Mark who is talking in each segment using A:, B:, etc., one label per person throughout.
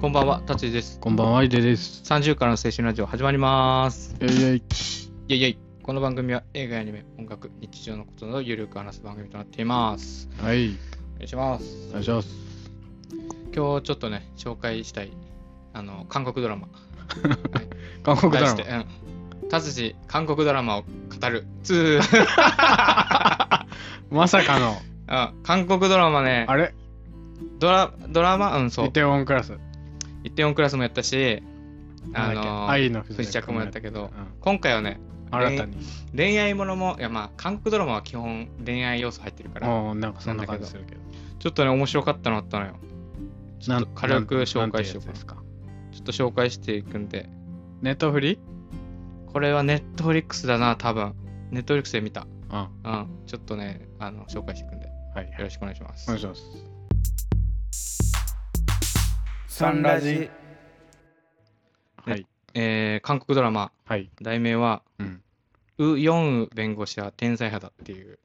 A: こんばんは、達治です。
B: こんばんは、いでです。
A: 30からの青春ラジオ始まります。
B: いやいやい
A: いやいやいこの番組は映画やアニメ、音楽、日常のことなどゆるく話す番組となっています。
B: はい、
A: お願いします
B: お。願いします。
A: 今日ちょっとね、紹介したい、あの、韓国ドラマ。
B: 韓国ドラ
A: 題してうん。達治、韓国ドラマを語る。ツー。
B: マ。まさか の、
A: あ韓国ドラマね、
B: あれ
A: ドラ、ドラマ、うん、そ
B: イ
A: う。
B: テウォンクラス。
A: 1.4クラスもやったし、
B: な
A: あ
B: んだっけ
A: の、
B: 愛の不
A: 不時着もやったけ
B: う
A: ど、
B: ん
A: 今回はね、
B: 新たに。
A: 恋愛ものも、いやまあ、韓国ドラマは基本恋愛要素入ってるから、
B: もうなんかそんな感じするけど。
A: ちょっとね、面白かったのあったのよ。ちょっと軽く紹介しようか
B: なんてやつ
A: な。
B: ですか。
A: ちょっと紹介していくんで、
B: ネットフリ
A: これはネットフリックスだな、多分。ネットフリックスで見た。
B: あ
A: うん。ちょっとね、あの、紹介していくんで、よ
B: はい。よ
A: ろしくお願いしま
B: お
A: す。
B: 願いします。
C: サンラジ
B: はい。
A: えー、韓国ドラマ、
B: はい。
A: 題名は、
B: うん。
A: ウ・ヨンウ弁護士は天才派だって いう。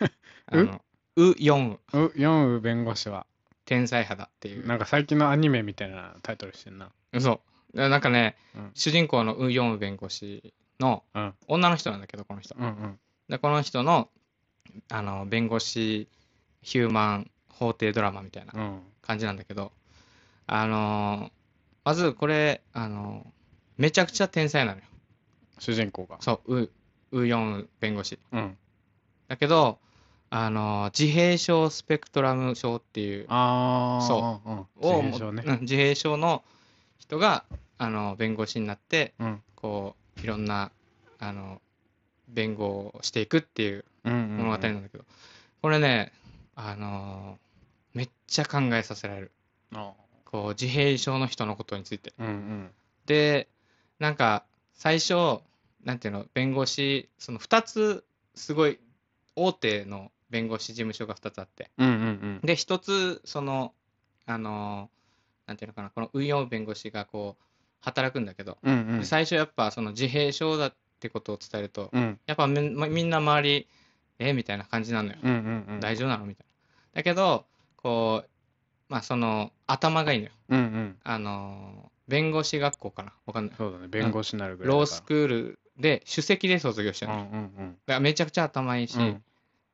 A: あ
B: う
A: のウ・ヨンウ
B: う、ヨンウ弁護士は、
A: 天才派だっていう。
B: なんか最近のアニメみたいなタイトルしてんな。
A: 嘘。なんかね、
B: うん
A: 主人公のウ・ヨンウ弁護士の
B: うん。
A: 女の人なんだけど、この人。
B: うんうん。
A: でこの人のあの弁護士ヒューマン法廷ドラマみたいな
B: うん。
A: 感じなんだけど、あのーまずこれ、あのーめちゃくちゃ天才なのよ
B: 主人公が。
A: そうウウヨンウ弁護士
B: うん。
A: だけど、あのー自閉症スペクトラム症っていう
B: ああ。
A: そ
B: うん。うん。
A: を
B: 自閉症ね
A: うん自閉症の人が、あのー弁護士になって
B: うん。
A: こういろんな、あのー弁護をしていくっていう
B: うんうんうん。
A: 物語なんだけど、これねあのーめっちゃ考えさせられる
B: あ
A: こう自閉症の人のことについて
B: ー。うんうん。
A: でなんか最初なんていうの弁護士その2つすごい大手の弁護士事務所が2つあって
B: うんうん
A: で1つそのあのーなんていうのかなこの運用弁護士がこう働くんだけど、
B: うん。うんうん。
A: 最初やっぱその自閉症だってことを伝えると
B: うん
A: やっぱみんみんな周りえみたいな感じなのよ
B: うんうんうん。
A: 大丈夫なのみたいな。だけど、こう、まあその、頭がいいのよ。
B: うんうん。
A: あのー、弁護士学校かなわかんない。
B: そうだね。弁護士になるぐらいだから。
A: ロースクールで、首席で卒業して
B: う
A: る
B: んう
A: のよ。だ
B: ん
A: からめちゃくちゃ頭いいし、
B: うん。うん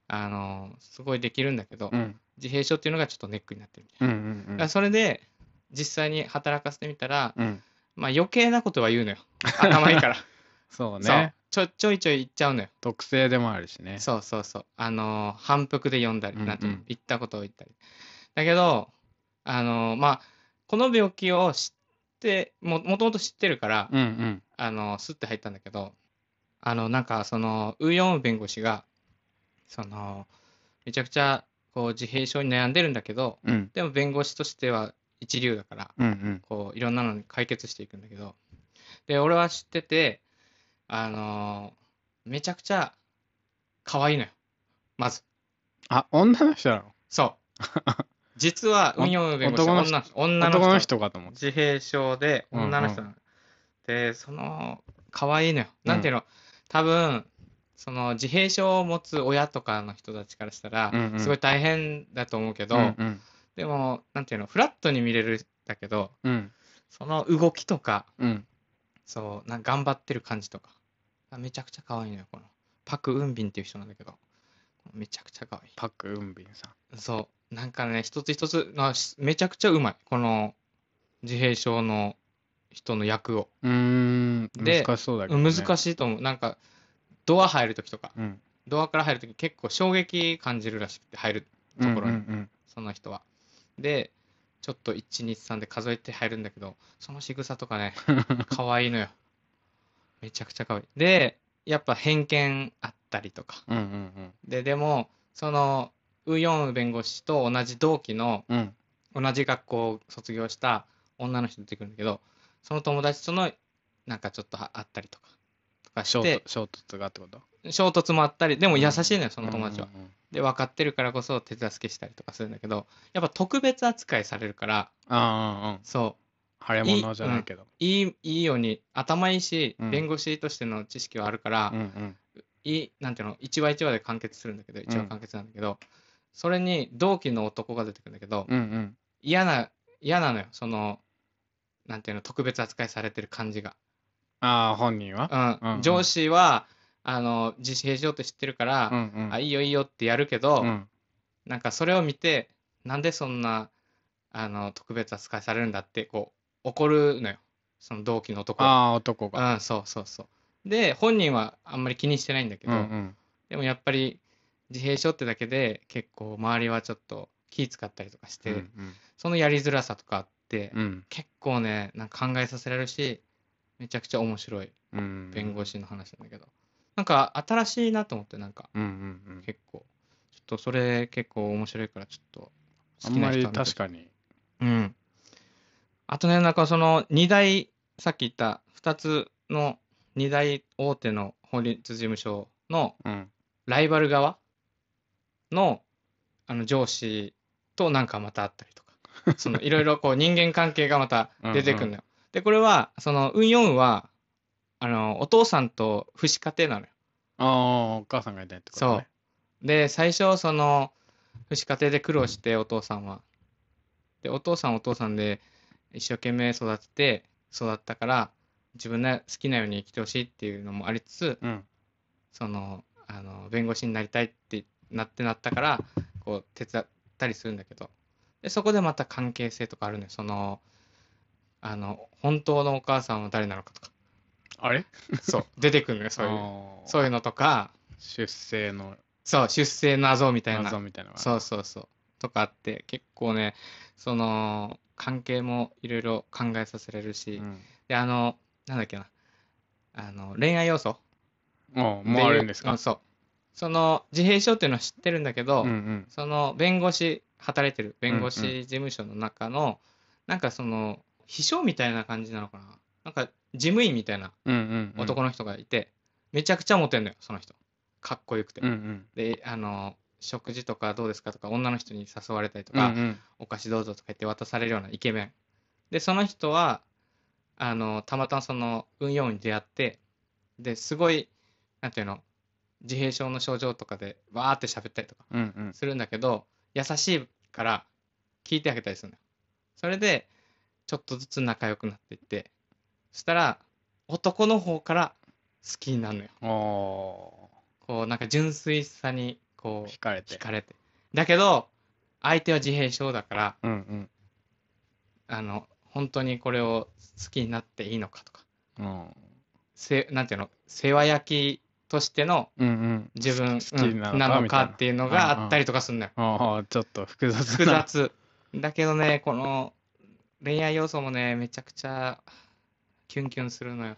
A: あのー、すごいできるんだけど、
B: うん
A: 自閉症っていうのがちょっとネックになってるみたい
B: うんう
A: な。だ
B: ん
A: からそれで、実際に働かせてみたら、
B: うん。うん。
A: まあ余計なことは言うのよ。 頭いいから。
B: そう
A: そう
B: ね。。
A: ちょ、ちょいちょい言っちゃうのよ。
B: 特性でもあるしね。
A: そうそうそう。あのー反復で読んだり、
B: うんうん
A: なんていうの言ったことを言ったり。だけど、あのーまあ、この病気を知って、も、もともと知ってるから、
B: うんうん。
A: あのースッて入ったんだけど、あの、なんか、その、ウヨンウ弁護士が、その、めちゃくちゃ、こう、自閉症に悩んでるんだけど、
B: うん
A: でも弁護士としては一流だから、
B: うんうん。
A: こういろんなのに解決していくんだけどで俺は知っててあのーめちゃくちゃ可愛いのよまず
B: あ、女の人なの
A: そう 実は運用弁護士は
B: 男の
A: 女女の人
B: 男の人かと思って。
A: 自閉症で女の人なの、でその可愛いのよなんていうの、多分その自閉症を持つ親とかの人たちからしたら、
B: うんうん
A: すごい大変だと思うけど、
B: うんうん
A: でもなんていうのフラットに見れるんだけど
B: うん
A: その動きとか
B: うん。
A: そう、なんか頑張ってる感じとか。あめちゃくちゃ可愛いのよ、この。パク・ウンビンっていう人なんだけど。めちゃくちゃ可愛
B: パク・ウンビンさ
A: い。そう。なんかね、一つ一つの、しめちゃくちゃうまい。この自閉症の人の役を。
B: ん。うーん。
A: で
B: 難しそうだけどね。
A: 難しいと思う。なんか、ドア入るときとか、
B: うん。
A: ドアから入るとき結構衝撃感じるらしくて、入るところに、
B: うんうん
A: その人は。で、ちょっと1、2、3で数えて入るんだけど、その仕草とかね、
B: うん。
A: 可愛いのよ。めちゃくちゃ可愛い。で、やっぱ偏見あったりとか。
B: うんうん
A: で、でも、その、ウ・ヨンウ弁護士と同じ同期の、
B: うん。うん。
A: 同じ学校を卒業した女の人出てくるんだけど、その友達との、なんかちょっとああったりとか、とかし
B: 衝
A: て
B: 突、衝突がってこと
A: 衝突もあったり、でも優しいのよ、その友達は。。
B: うんうんうん
A: で、分かってるからこそ手助けしたりとかするんだけど、やっぱ特別扱いされるから、
B: ああ、うんうん。
A: そう、
B: 腫れ物じゃないけど。
A: いい、いいように、頭いいし
B: う、ん
A: 弁護士としての知識はあるから
B: うん、うん。
A: いいなんていうの一話一話で完結するんだけど一話
B: うん
A: 完結なんだけど、それに同期の男が出てくるんだけど、
B: うんうん。
A: 嫌な嫌なのよそのなんていうの、特別扱いされてる感じが。
B: ああ、本人は
A: う
B: うん
A: ん、上司は、あの、自閉症って知ってるか
B: うん
A: ら、
B: うん。
A: あ、いいよいいよってやるけど
B: う、ん。
A: なんかそれを見て、なんでそんな、あの、特別扱いされるんだって、こう、怒るのよ。その同期の男は。
B: ああ、男が。
A: うん、そうそうそう。で、本人はあんまり気にしてないんだけ
B: うん
A: ど
B: う、ん。
A: でもやっぱり自閉症ってだけで結構周りはちょっと気使ったりとかし
B: う
A: て、
B: んうん
A: そのやりづらさとかあって、
B: うん
A: 結構ねなんか考えさせられるしめちゃくちゃ面白い
B: うん。
A: 弁護士の話なんだけど、なんか新しいなと思ってなんか
B: うんうんうん。
A: 結構ちょっとそれ結構面白いからちょっと
B: あ
A: 好
B: ん
A: きな
B: まり
A: 人は見て
B: 確かに。
A: うんあとねなんかその2大さっき言った2つの2大大手の法律事務所の
B: うん。
A: ライバル側のあの上司となんかまたあったり とかそのいろいろこう人間関係がまた出てくるのよ。でこれはその運4はあのお父さんと父子家庭なのよ。
B: ああ、お母さんがいないってことね。
A: で最初その父子家庭で苦労してお父さんは。でお父さんはお父さんで一生懸命育てて育ったから自分の好きなように生きてほしいっていうのもありつつ、
B: うん。
A: そのあの弁護士になりたいってなってなったからこう手伝ったりするんだけどでそこでまた関係性とかあるのよそのあの本当のお母さんは誰なのかとか
B: あれ
A: そう出てくるのよそういう
B: あー
A: そういうのとか
B: 出生の
A: そう出生謎みたいな
B: 謎みたいなのが
A: そうそうそうとかあって結構ねその関係もいろいろ考えさせられるし、
B: うん
A: であのなんだっけなあの恋愛要素
B: おうもうあるんです
A: う
B: か
A: そうその自閉症っていうのは知ってるんだけど、
B: うんうん
A: その弁護士働いてる弁護
B: うんう
A: 士事務所の中の、なんかその秘書みたいな感じなのかななんか事務員みたいな
B: うんうんうん
A: 男の人がいて、めちゃくちゃモテんのよその人かっこよくて、
B: うんうん
A: であの食事とかどうですかとか女の人に誘われたりと
B: うん
A: か、
B: うん
A: お菓子どうぞとか言って渡されるようなイケメンでその人はあのたまたまその運用に出会ってですごいなんていうの自閉症の症状とかでわーって喋ったりとか
B: うんうん
A: するんだけど優しいから聞いてあげたりするのよそれでちょっとずつ仲良くなっていってそしたら男の方から好きになるのよ
B: お
A: こうなんか純粋さにこ
B: ー
A: う
B: 惹かれて
A: 惹かれてだけど相手は自閉症だから
B: うんうん
A: あの本当にこれを好きになっていいのかとか
B: うん
A: せなんていうの世話焼きとしての
B: うんうん
A: 自分
B: 好き
A: うん
B: な
A: なの
B: みた
A: か
B: いな
A: っていうのがあったりとかするのよ
B: ああちょっと複雑
A: 複
B: な
A: 雑だけどねこの恋愛要素もねめちゃくちゃキュンキュンするのよ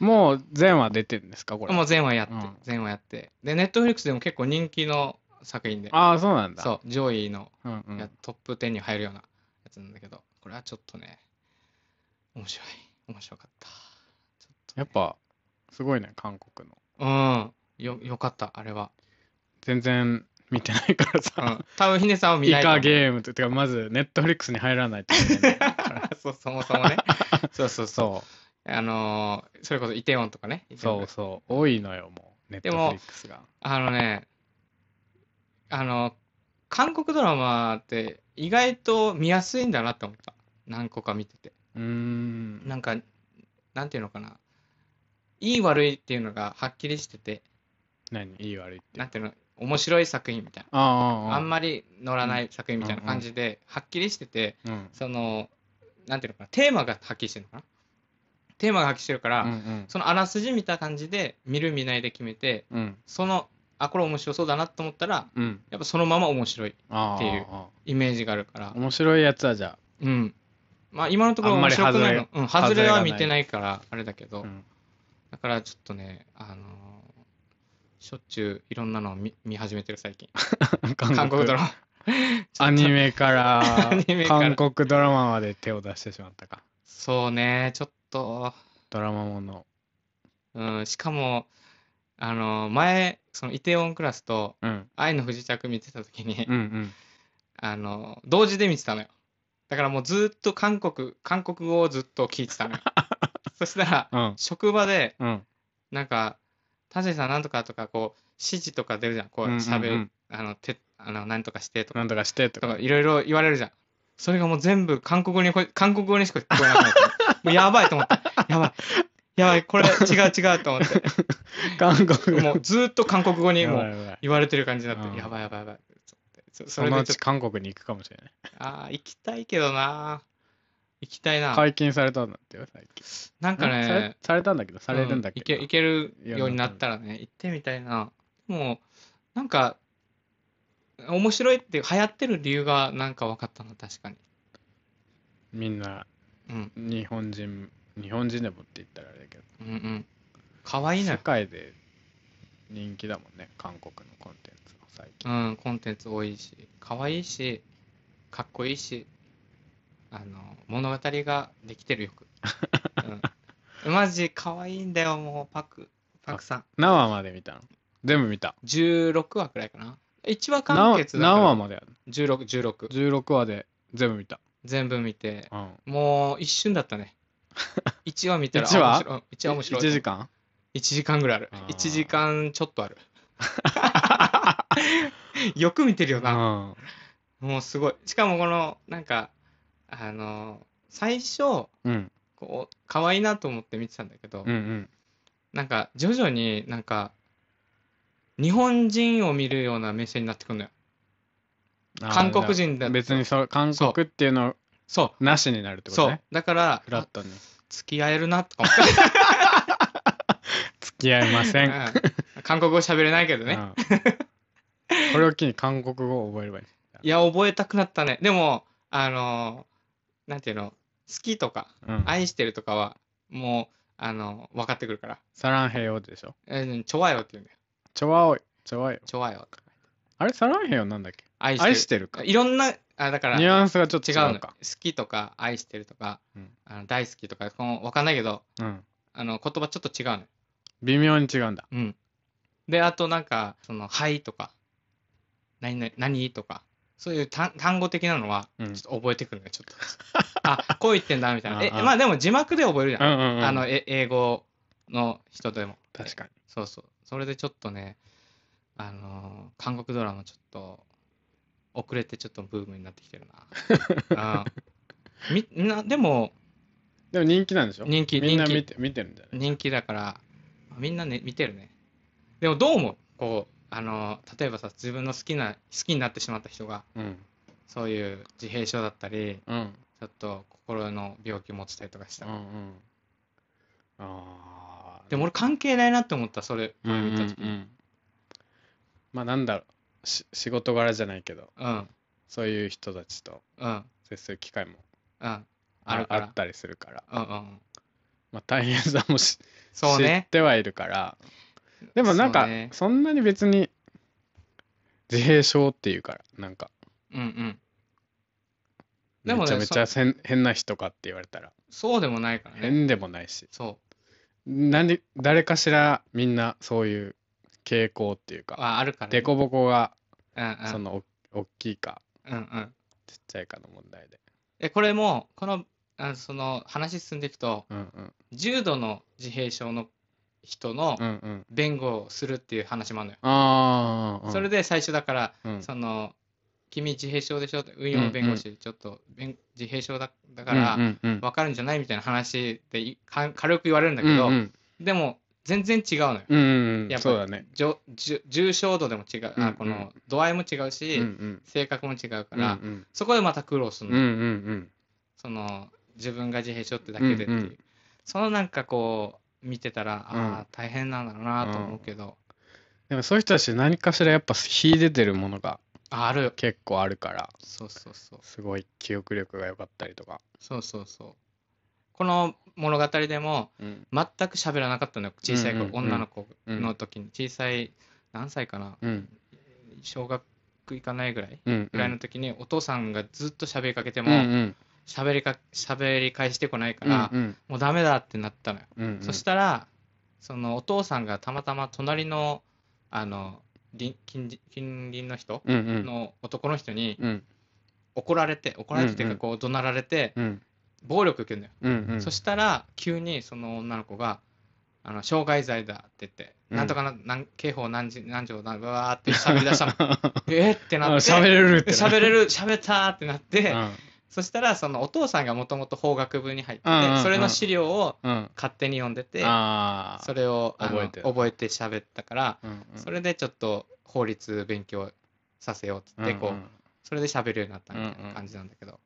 B: もう全話出てるんですかこれ
A: もう全話やって
B: うん
A: 全話やってでネットフリックスでも結構人気の作品で
B: ああそうなんだ
A: そう上位の
B: うんうん
A: やトップ10に入るようなやつなんだけどこれはちょっとね面白い面白かったちょとね
B: やっぱすごいね韓国の
A: うんよよかったあれは、
B: 全然見てないから
A: う
B: さ
A: ん、多分ヒネさんは見
B: イ
A: ないと思
B: カ
A: う
B: ゲームっててかまずネットフリックスに入らないといけないから
A: そうそもそ もねそうそうそう
B: そう
A: あのーそれこそイテウォンとかねイテウォン
B: そうそう、多いのよ、もう、ネッ
A: で
B: トフ
A: も
B: リックスが。
A: あのね、あの、韓国ドラマって意外と見やすいんだなって思った。何個か見てて。
B: うーん。
A: なんか、なんていうのかな。いい悪いっていうのがはっきりしてて、
B: 何いい悪いって。
A: な
B: あ
A: んていうの、面白い作品みたい
B: あ、
A: な。あん
B: ま
A: まり乗らない作品みたいな感じで、はっきりしてて、
B: り。うん。
A: その、なんていうのかな、テーマがはっきりしてるのかな。テーマがはっきりしてるか
B: う
A: ら、
B: んうん
A: そのあらすじ見た感じで、見る見ないで決めて、
B: うん。
A: その、あ、これ面白そうだなと思ったら、
B: うん。
A: やっぱそのまま面白い
B: ああ。
A: っていうイメージがあるから、
B: 面白いやつはじゃ
A: うん。まあ今のところ
B: あんま
A: 面
B: り
A: 白くないの。うん、外れ
B: 外れ外れがな
A: はい見てないから、あれだけ
B: あ、
A: ど、
B: うん
A: だからちょっとね、あのーしょっちゅういろんなのを見見始めてる 最近。韓国ドラマ。
B: アニメか
A: アニメ
B: ら、
A: から
B: 韓国ドラマまで手を出してしまったか。
A: そうね、ちょっと、
B: ドラマもの。
A: うん、しかも、あのー前、そのイテオンクラスと
B: うん。
A: 愛の不時着見てた時に、
B: うんうん。
A: あのー同時で見てたのよ。だからもうずっと韓国、韓国語をずっと聞いてた のよ。そしたら、
B: うん。
A: 職場で、
B: うん。
A: なんか、田尻さんなんとかとか、こう、指示とか出るじゃん。こう、
B: うんうんうん
A: 喋る、あの、て、あの、なんとかしてとか、
B: なんとかしてと
A: と
B: か
A: か、。いろいろ言われるじゃん。それがもう全部韓国語にこ、韓国語にしか聞こえなくなって、もうやばいと思って、やばい、やばい、これ違う違うと思って、
B: 韓国
A: も
B: 語
A: うずっと韓国語に
B: やば
A: も
B: いや
A: う
B: ばい
A: 言われてる感じになっ
B: うん
A: て、やばいやばいやばい。そそ
B: そ
A: れ
B: の
A: で
B: う
A: ちょっ
B: ち韓国に行くかもしれない。
A: と、ああ、行きたいけどな。行きたいな。
B: 解禁されたんだってよ、最近。
A: なんか
B: され
A: ね、
B: されたんだけど、されるんだっ
A: う
B: け
A: いけ
B: ど。
A: いけるようになったらね、行ってみたいな。もう、なんか、面白いって、流行ってる理由がなんか分かったな、確かに。
B: みんな、
A: うん、
B: 日本人、日本人でもって言ったらあれだけど、
A: うん、うん。かわいいの
B: 世
A: よ。
B: 界で人気だもんね、韓国のコンテンツは最
A: う
B: 近。
A: ん、コンテンツ多いし、かわいいし、かっこいいし、あの、物語ができてるよ く。うん、マジかわいいんだよ、もう、パク、パクさん。
B: 何話まで見たの全部見た。
A: 16話くらいかな。1話
B: 何
A: 完
B: 話
A: 結だから
B: 何話まである
A: 16、16。
B: の ?16 話で全部見た。
A: 全部見て、
B: うん。
A: もう一瞬だった ね。1話見たら、
B: 一話
A: あ面白い一話面白い。
B: 1時間
A: 1時間ぐらいある
B: あ。ー
A: 1時間ちょっとあ る。よく見てるよな。
B: うん。
A: もうすごい。しかもこの、なんか、あの最初、
B: うん。
A: こう、可愛いなと思って見てたんだけど、
B: うんうん。
A: なんか、徐々になんか、日本人を見るような目線になってくるのよ。
B: あー
A: 韓国人だ
B: じゃあ別にそれ韓
A: そう
B: 国っていうの
A: そ
B: なしになるっ
A: う、
B: てこ
A: そ
B: と
A: う
B: ね。。
A: だから、
B: フラッ
A: あ
B: トに。
A: 付き合えるなとか思って
B: 付き合いま せ
A: う
B: ん。
A: ん韓国語喋れないけどね。
B: うんこれを機に韓国語を覚えればいい。
A: いや、覚えたくなったね。でも、あのーなんていうの、好きとか、
B: うん、
A: 愛してるとかは、もう、あのー分かってくるから。
B: サランヘヨでしょ。
A: えー、ちょわよって言うんだよ。
B: チョワオイ。チョワオイ。
A: ちょわよ。
B: あれ、サランヘヨなんだっけ
A: 愛してる。
B: 愛してるか。
A: いろんな、あだから、
B: ニ
A: 違う
B: ュアンスがちょっと違
A: の。
B: う
A: 好
B: か。
A: きとか、愛してるとか、
B: うん
A: あの大好きとか、この分かんないけど、
B: うん。
A: あの言葉ちょっと違うのよ。
B: 微妙に違うんだ。
A: うん。で、あとなんか、その、はいとか、何々、何とか、そういう単単語的なのは、
B: うん。うん
A: ちょっと覚えてくるね、ちょっと。あ、こう言ってんだ、みたいな。え、
B: ああ
A: まあでも字幕で覚えるじゃん
B: う。んうん。
A: あの、え英語の人でも。
B: 確かに。
A: そうそう。それでちょっとね、あのー韓国ドラマちょっと、遅れてちょっとブームになってきてる な。うん、みみんな、でも、
B: でも人気なんでしょ
A: 人気、
B: みん
A: 人
B: な
A: 気、
B: 見て見てるんじゃない
A: 人気だから、みんなね、見てるね。でも、どうも、こう、あのー例えばさ、自分の好きな、好きになってしまった人が、
B: うん。
A: そういう自閉症だったり、
B: うん。
A: ちょっと心の病気持ちたりとかし
B: う
A: た
B: んう
A: ら。
B: ん。ああ。
A: でも俺関係ないなって思った、それ、
B: うん
A: 前
B: うん
A: 見
B: う
A: た時に。
B: ん。まあなんだろう。し仕事柄じゃないけど、
A: うん、
B: そういう人たちと
A: うん、
B: 接する機会も
A: うん。あ
B: あ
A: るか
B: あ
A: ら
B: ったりするから、
A: うんうん。
B: まあ大変さもし
A: そう
B: 知
A: ね
B: っ。てはいるからでもなん
A: そ
B: か
A: うね
B: そんなに別に自閉症っていうからなんか
A: うんうん。で
B: め
A: もね
B: ちゃめちゃ変変な人かって言われたら
A: そうでもないからね。
B: 変でもないし
A: そう。
B: 何誰かしらみんなそういう傾向っていうか
A: あ、あるからね。
B: 凸凹が
A: うんうん。
B: そのお大きいか
A: うんうん。
B: ちっちゃいかの問題で
A: え、これも、この、あその、話進んでいくと、
B: うんうん
A: 重度の自閉症の人の
B: うんうん
A: 弁護をするっていう話もあるのよ。
B: ああ
A: それで最初だから、
B: うん
A: その、君自閉症でしょって、運用の弁護士、ちょっと弁自閉症だだから、
B: うんうんうん
A: わかるんじゃないみたいな話でいか軽く言われるんだけ
B: う
A: ど、
B: んうん
A: でも、全然違うのよ。
B: うんうんう
A: や
B: ん
A: っぱ
B: そうだね
A: じょじゅ重症度でも違う、
B: うんう
A: あ
B: ん
A: この度合いも違うし、
B: うんうん
A: 性格も違うか
B: うんう
A: ら、
B: ん
A: そこでまた苦労す
B: う
A: る
B: ん
A: の,、
B: うん
A: その自分が自閉症ってだけでっていう、
B: うんうん
A: そのなんかこう見てたら、
B: うん
A: ああ大変なんだろうなと思うけど、
B: でもそういう人たち何かしらやっぱ秀でてるものが
A: あある
B: 結構あるから
A: そうそうそう
B: すごい記憶力が良かったりとか、
A: そうそうそうこの物語でも
B: うん、
A: 全く喋らなかったのよ小さい子、
B: うんうんうん
A: 女の子の時に小さい何歳かな
B: うん
A: 小学行かないぐらい
B: うん
A: ぐらいの時にお父さんがずっと喋りかけて
B: で
A: も、
B: うんうん
A: 喋りか喋り返してこないから、
B: うん
A: もうダメだってなったのよ、
B: うんうん
A: そしたらそのお父さんがたまたま隣のあの隣近隣近隣の人
B: うんうん
A: の男の人に
B: うん
A: 怒られて怒られてっていう
B: うんう
A: か
B: ん
A: こう怒鳴られて
B: うん
A: 暴力受けるのよ、
B: うんうん
A: そしたら急にその女の子があの傷害罪だって言って、
B: うん
A: なんとかななん刑法何時何条だうわ ーって喋り出したのえーってなって
B: あ喋れるって
A: 喋れる喋ったーってなって、
B: うん
A: そしたらそのお父さんがもともと法学部に入ってて、
B: うんうんうん
A: それの資料を
B: うん。
A: 勝手に読んでて、
B: ああ。
A: それをあの
B: 覚えてる
A: 覚えて喋ったから、
B: うんうん、
A: それでちょっと法律勉強させようっつってこう、それで喋るようになったみたいな感じなんだけど、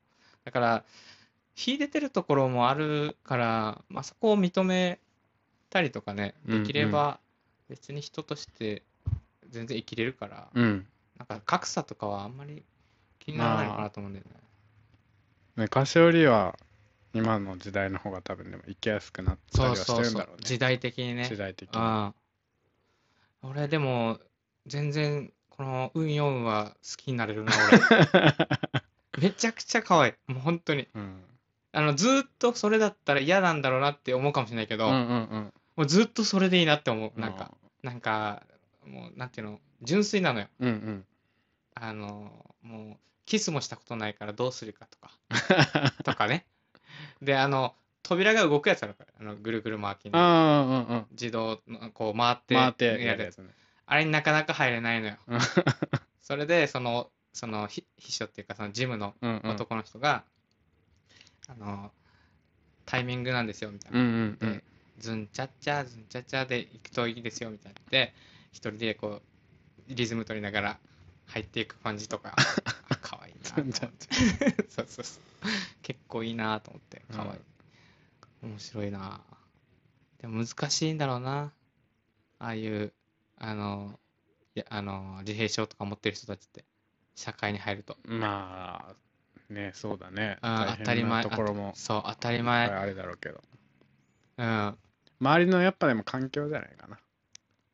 A: だから秀でてるところもあるから、まあ、そこを認めたりとかね
B: うんう
A: で
B: ん
A: きれば別に人として全然生きれるから、
B: うんうん
A: なんか格差とかはあんまり気にならないのかなと思うんだよね。
B: 昔よりは今の時代の方が多分でも生きやすくなったり
A: そ
B: は
A: う
B: し
A: そ
B: て
A: う
B: るん
A: そ
B: だ
A: う
B: ろうね。
A: 時代的にね
B: 時代的に。
A: ああ俺でも全然この運4は好きになれ るな俺めちゃくちゃ可愛いもう本当に
B: うん
A: あのずーっとそれだったら嫌なんだろうなって思うかもしれないけ
B: う
A: ど、
B: んうん
A: もうずっとそれでいいなって思
B: う。
A: うんなんか、なんかもうなんていうの純粋なのよ
B: うんうん。
A: あのもうキスもしたことないからどうするかとか とかねであの扉が動くやつあるからあのぐるぐる回きの
B: ああ、うんうん。
A: 自動のこう回って
B: 回って
A: や
B: や
A: る
B: る
A: や
B: や
A: つ
B: つね。
A: あれになかなか入れ ないのよ
B: うん
A: それでそのそのひ秘書っていうかそのジムの
B: うんうん。
A: 男の人が、あのタイミングなんですよみたいな、
B: うんうんうん
A: でズンチャッチャズンチャッチャで行くといいですよみたいなで一人でこうリズム取りながら入っていく感じとかあ可愛いなと思ってそうそうそう結構いいなと思って可愛い、面白いなでも難しいんだろうなああいうあのいやあの自閉症とか持ってる人たちって社会に入ると
B: まあ、ね、そうだね。
A: あー
B: 大変な
A: 当たり前
B: ところも
A: そう当たり
B: い
A: 前
B: っぱいあれだろうけど。
A: うん
B: 周りのやっぱでも環境じゃないかな。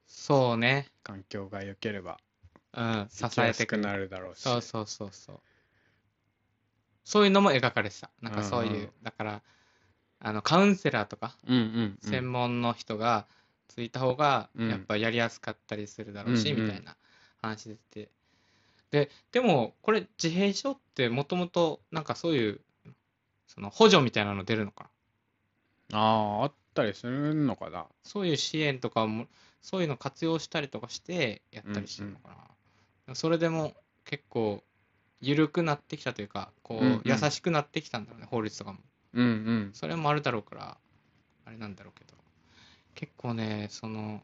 A: そうね
B: 環境が良ければ
A: うん支
B: 生き
A: え
B: や
A: て
B: す
A: く
B: く
A: れる
B: なるだろうし。
A: そうそうそうそう。そういうのも描かれてた。なんかそういう、
B: うんうん
A: だから、あの、カウンセラーとか、
B: うんうんうん。
A: 専門の人がついた方が、
B: うん
A: やっぱやりやすかったりするだろうし、
B: うんうん
A: みたいな話でて。で、でも、これ、自閉症ってもともと、なんかそういう、その補助みたいなの出るのかな
B: ああ、あったりするのかな。
A: そういう支援とかも、そういうの活用したりとかして、やったりしてるのかな。それでも結構、緩くなってきたというか、こ
B: うんうん
A: う、優しくなってきたんだろうね、法律とかも。
B: うんうん。
A: それもあるだろうから、あれなんだろうけど。結構ね、その、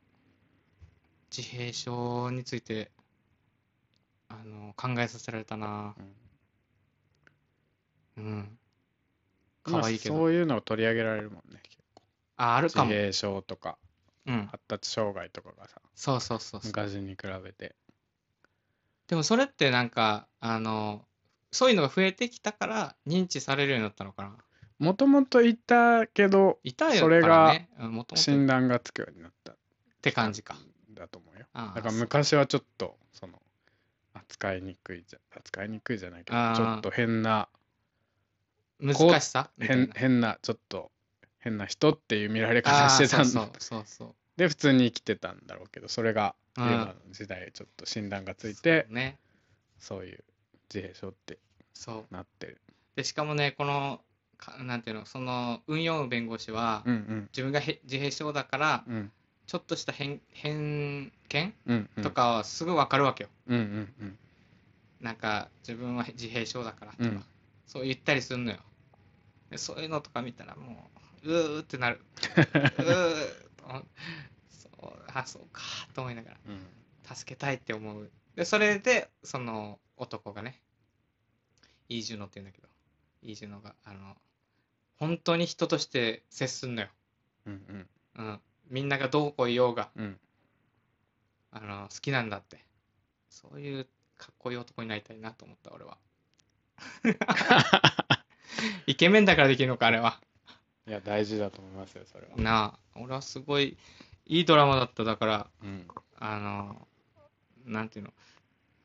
A: 自閉症について、あの、考えさせられたな。うん。可
B: まあ
A: 愛いけど。
B: そういうのを取り上げられるもんね。
A: あ、ある
B: 自
A: かも。
B: 閉症とか
A: うん。
B: 発達障害とかがさ、
A: そうそうそうそう。
B: 昔に比べて。
A: でもそれってなんか、あの、そういうのが増えてきたから認知されるようになったのかな。
B: もともといたけど、
A: いたよ、ね、
B: それが
A: うん、もともとっ
B: 診断がつくようになった
A: て感じか。
B: だと思うよ。
A: ああ
B: だから昔はちょっと、その、扱いにくいじゃ、扱いにくいじゃないけ
A: ああ
B: ど、ちょっと変な、こう
A: 難しさみたいな
B: 変変な、ちょっと変な人っていう見られ方してた
A: あー
B: ん
A: そ
B: だ
A: う。そうそう
B: で、普通に生きてたんだろうけど、それが
A: そう。うん
B: 今の時代、ちょっと診断がついて
A: そ、うね。
B: そういう自閉症って
A: そう。
B: なってる。
A: で、しかもね、この、かなんていうの、その、運用弁護士は、
B: うん
A: 自分がへ自閉症だから、
B: うんうん
A: ちょっとした偏偏見
B: うんうん
A: とかはすぐわかるわけよ。
B: うんうんうん
A: なんか、自分は自閉症だからとか、
B: うん
A: そう言ったりするのよ。でそういうのとか見たらもう、うーってなる。うーそうあそうかと思いなが
B: うん
A: ら助けたいって思うでそれでその男がねイージュノって言うんだけどイージュノがあの本当に人として接すんのよ、
B: うんうん
A: うん、みんながどうこう言おうが
B: うん
A: あの好きなんだってそういうかっこいい男になりたいなと思った俺はイケメンだからできるのかあれはい
B: や大事だと思いますよそれは
A: なあ俺はすごいいいドラマだっただから
B: うん
A: あのなんていうの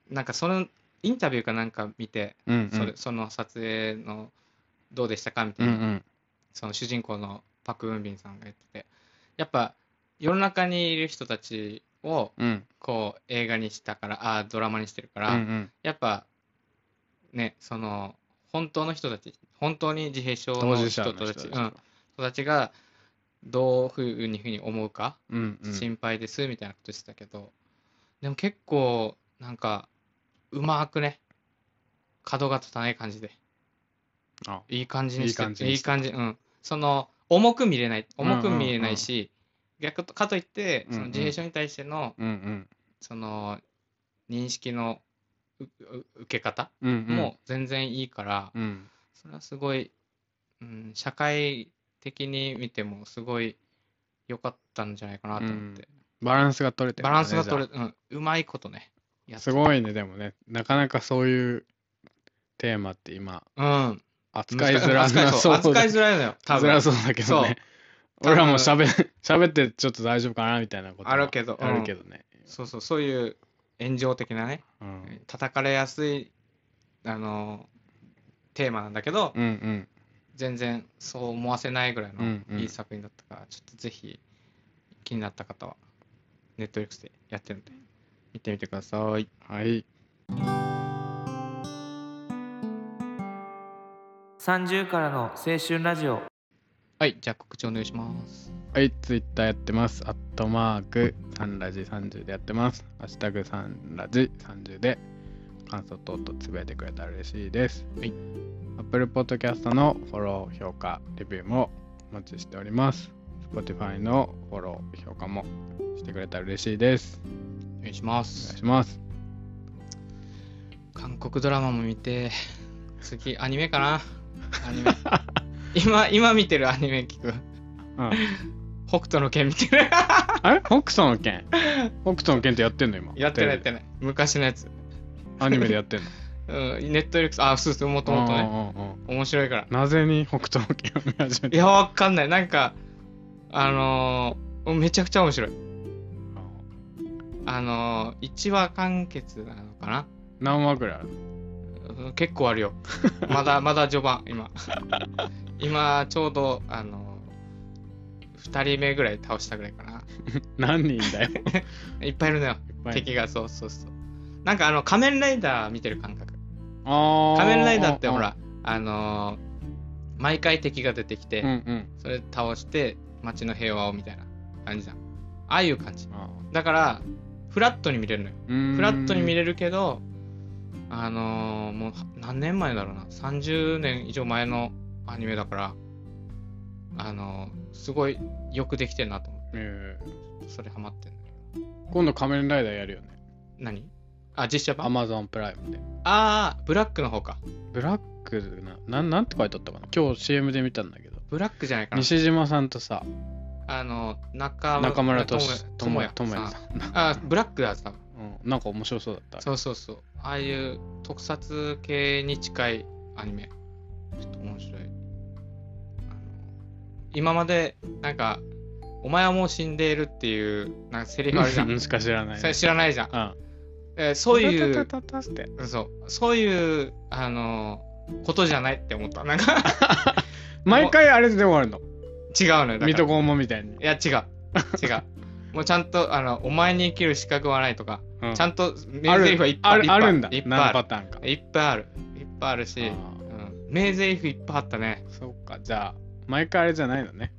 A: なんかそのインタビューかなんか見て
B: うんうん
A: それ、その撮影のどうでしたかみた
B: う
A: い
B: んう
A: な、
B: ん
A: その主人公のパク・ウンビンさんが言っててやっぱ世の中にいる人たちを
B: うん
A: こう映画にしたからあードラマにしてるから、
B: うんうん
A: やっぱねその本当の人たち本当に自閉症
B: 当
A: の
B: 事者
A: 人
B: の
A: た
B: 人た
A: ち
B: ち
A: うん、人たちがどういうふうに思うか、
B: うんうん
A: 心配ですみたいなことしてたけど、でも結構なんかうまくね角が立たない感じで
B: あ
A: いい感じにして
B: いい感じに
A: い
B: して
A: い感じうんその重く見れない
B: うんうんうん
A: 重く見れないし、逆とかといってそ
B: うんう
A: の
B: ん
A: 自閉症に対しての、
B: うん
A: その認識のうう受け方
B: うんうんうん
A: も全然いいから、
B: うん
A: それはすごい、うん、社会的に見てもすごい良かったんじゃないかなと思って、
B: バランスが取れてる
A: バ
B: んだね
A: ランスが取
B: じ
A: れうん、うまいことねや
B: ゃあ
A: っ
B: すごいねでもねなかなかそういうテーマって今
A: うん
B: 扱いづら
A: 扱い
B: な
A: そう
B: そう
A: 扱
B: だ
A: いづらいのよ多
B: づら
A: 分
B: そうだけどね
A: そう
B: 俺らも喋ゃ喋ってちょっと大丈夫かなみたいなことは
A: あるけどうん
B: あるけどね
A: そうそうそういう炎上的なね
B: うん
A: 叩かれやすいあのテーマなんだけど、
B: うんうん
A: 全然そう思わせないぐらい
B: うんう
A: の
B: ん
A: いい作品だったから、ちょっとぜひ気になった方はネットフリックスでやってるので見てみてください
B: はい
C: 30からの青春ラジオ
A: はいじゃあ告知お願いします
B: はい、ツイッターやってます。アットマーク、サンラジ30でやってます。ハッシュタグサンラジ30で感想等々つぶやいてくれたら嬉しいです。
A: はい。
B: Apple Podcast のフォロー、評価、レビューもお待ちしております。Spotify のフォロー、評価もしてくれたら嬉しいです。
A: お願いしま
B: お願い
A: す
B: します。
A: 韓国ドラマも見て次アニメかなアニメ 今今見てるアニメ聞く
B: うん、
A: 北斗の拳見てる
B: あれ北斗の剣北斗の剣ってやってんの今。
A: やってないやっ
B: テ
A: てな
B: レ
A: い昔のやつ
B: ビアニメでやってんの。
A: うんネットフリックスあそうそうもともとね
B: うんうんうん
A: 面白いから
B: なぜに北斗の剣を見始め
A: い
B: た
A: やわかんないなんかあのーめちゃくちゃ面白い
B: の
A: あのー、1話完結なのかな
B: 何話ぐらいある
A: うん結構あ るよ。まだまだ序盤、今。今、ちょうど、あのー、2人目ぐらい倒したぐらいかな。
B: 何人だよ。
A: いっぱいいるのよ、敵が、そうそうそう。なんかあの、仮面ライダー見てる感覚。
B: あー
A: 仮面ライダーってほ、ら、あのー、毎回敵が出てきて、
B: うんうん、
A: それ倒して、街の平和をみたいな感じだ。ああいう感じ。
B: あ
A: だから、フラットに見れるのよ。
B: ー
A: フラットに見
B: る
A: れるけど、あのーもうは何年前だろうな、30年以上前のアニメだから、あのーすごいよくできてるなと思って、それハマってんだけど。
B: 今度仮面ライダーやるよね
A: 何あ、実写
B: ア
A: 版
B: マゾンプライムで
A: ああ、ブラックの方か。
B: ブラックななんなんて書いてあったかな今日 CM で見たんだけど
A: ブラックじゃないかな。
B: 西島さんとさ
A: あの、中
B: 中村俊
A: 智也
B: 也智也
A: さ
B: さ
A: ん。
B: ん、
A: あ、ブラックだった。
B: うん、なんか面白そうだった
A: そうそうそう。ああいう特撮系に近いアニメ。ちょっと面白い。あの今まで、なんか、お前はもう死んでいるっていう、なんかセリフあるじゃん。
B: しか知らな い
A: それ知らないじゃん。
B: うん
A: えーそうい
B: タ
A: う、
B: タタタタって
A: そう、そういう、あの、ことじゃないって思った。なんか、
B: 毎回あれでもあるの
A: 違うのよ。だから
B: 水戸黄門みたいに
A: いや、違う。違う。もうちゃんと、あの、お前に生きる資格はないとか、
B: う
A: ちゃんと名
B: あ
A: 台詞
B: る
A: はいっぱい
B: あ
A: いっ
B: る
A: ぱい
B: あるんだ
A: いっぱいあ
B: 何
A: る
B: パ。ターンか
A: いっぱいある。いっぱいあるし。
B: あー
A: うん名台詞いっぱいあったね。
B: そうかじゃあ毎回あれじゃないのね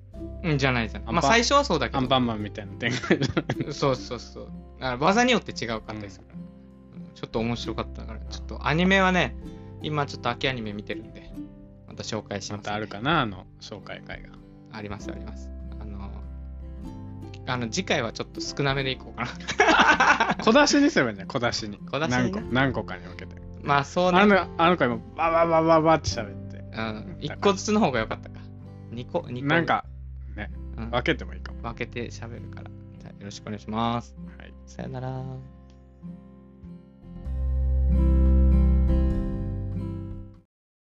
A: うん、じゃないじゃない。
B: アンパン
A: まあ最初はそうだけ
B: アンパンマンみたいな展開じゃない
A: ど。そうそうそう。あの技によって違うかったですから、うんちょっと面白かったから、ちょっとアニメはね、今ちょっと秋アニメ見てるんで、また紹介します、
B: またあるかなあの紹介 会が
A: ありますあります。あの、あの次回はちょっと少なめでいこうか な。
B: 小出しにすればいいんじゃん小出しに
A: 小出しにな
B: 何個何個かに分けて
A: まあそうね。
B: あのあの子今バババババって喋って
A: うん、1個ずつの方が良かったか。2個、2個。
B: なん、かね
A: うん、
B: 分けてもいいかも
A: 分けて喋るから。じゃあよろしくお願いします。
B: はい
A: さよなら。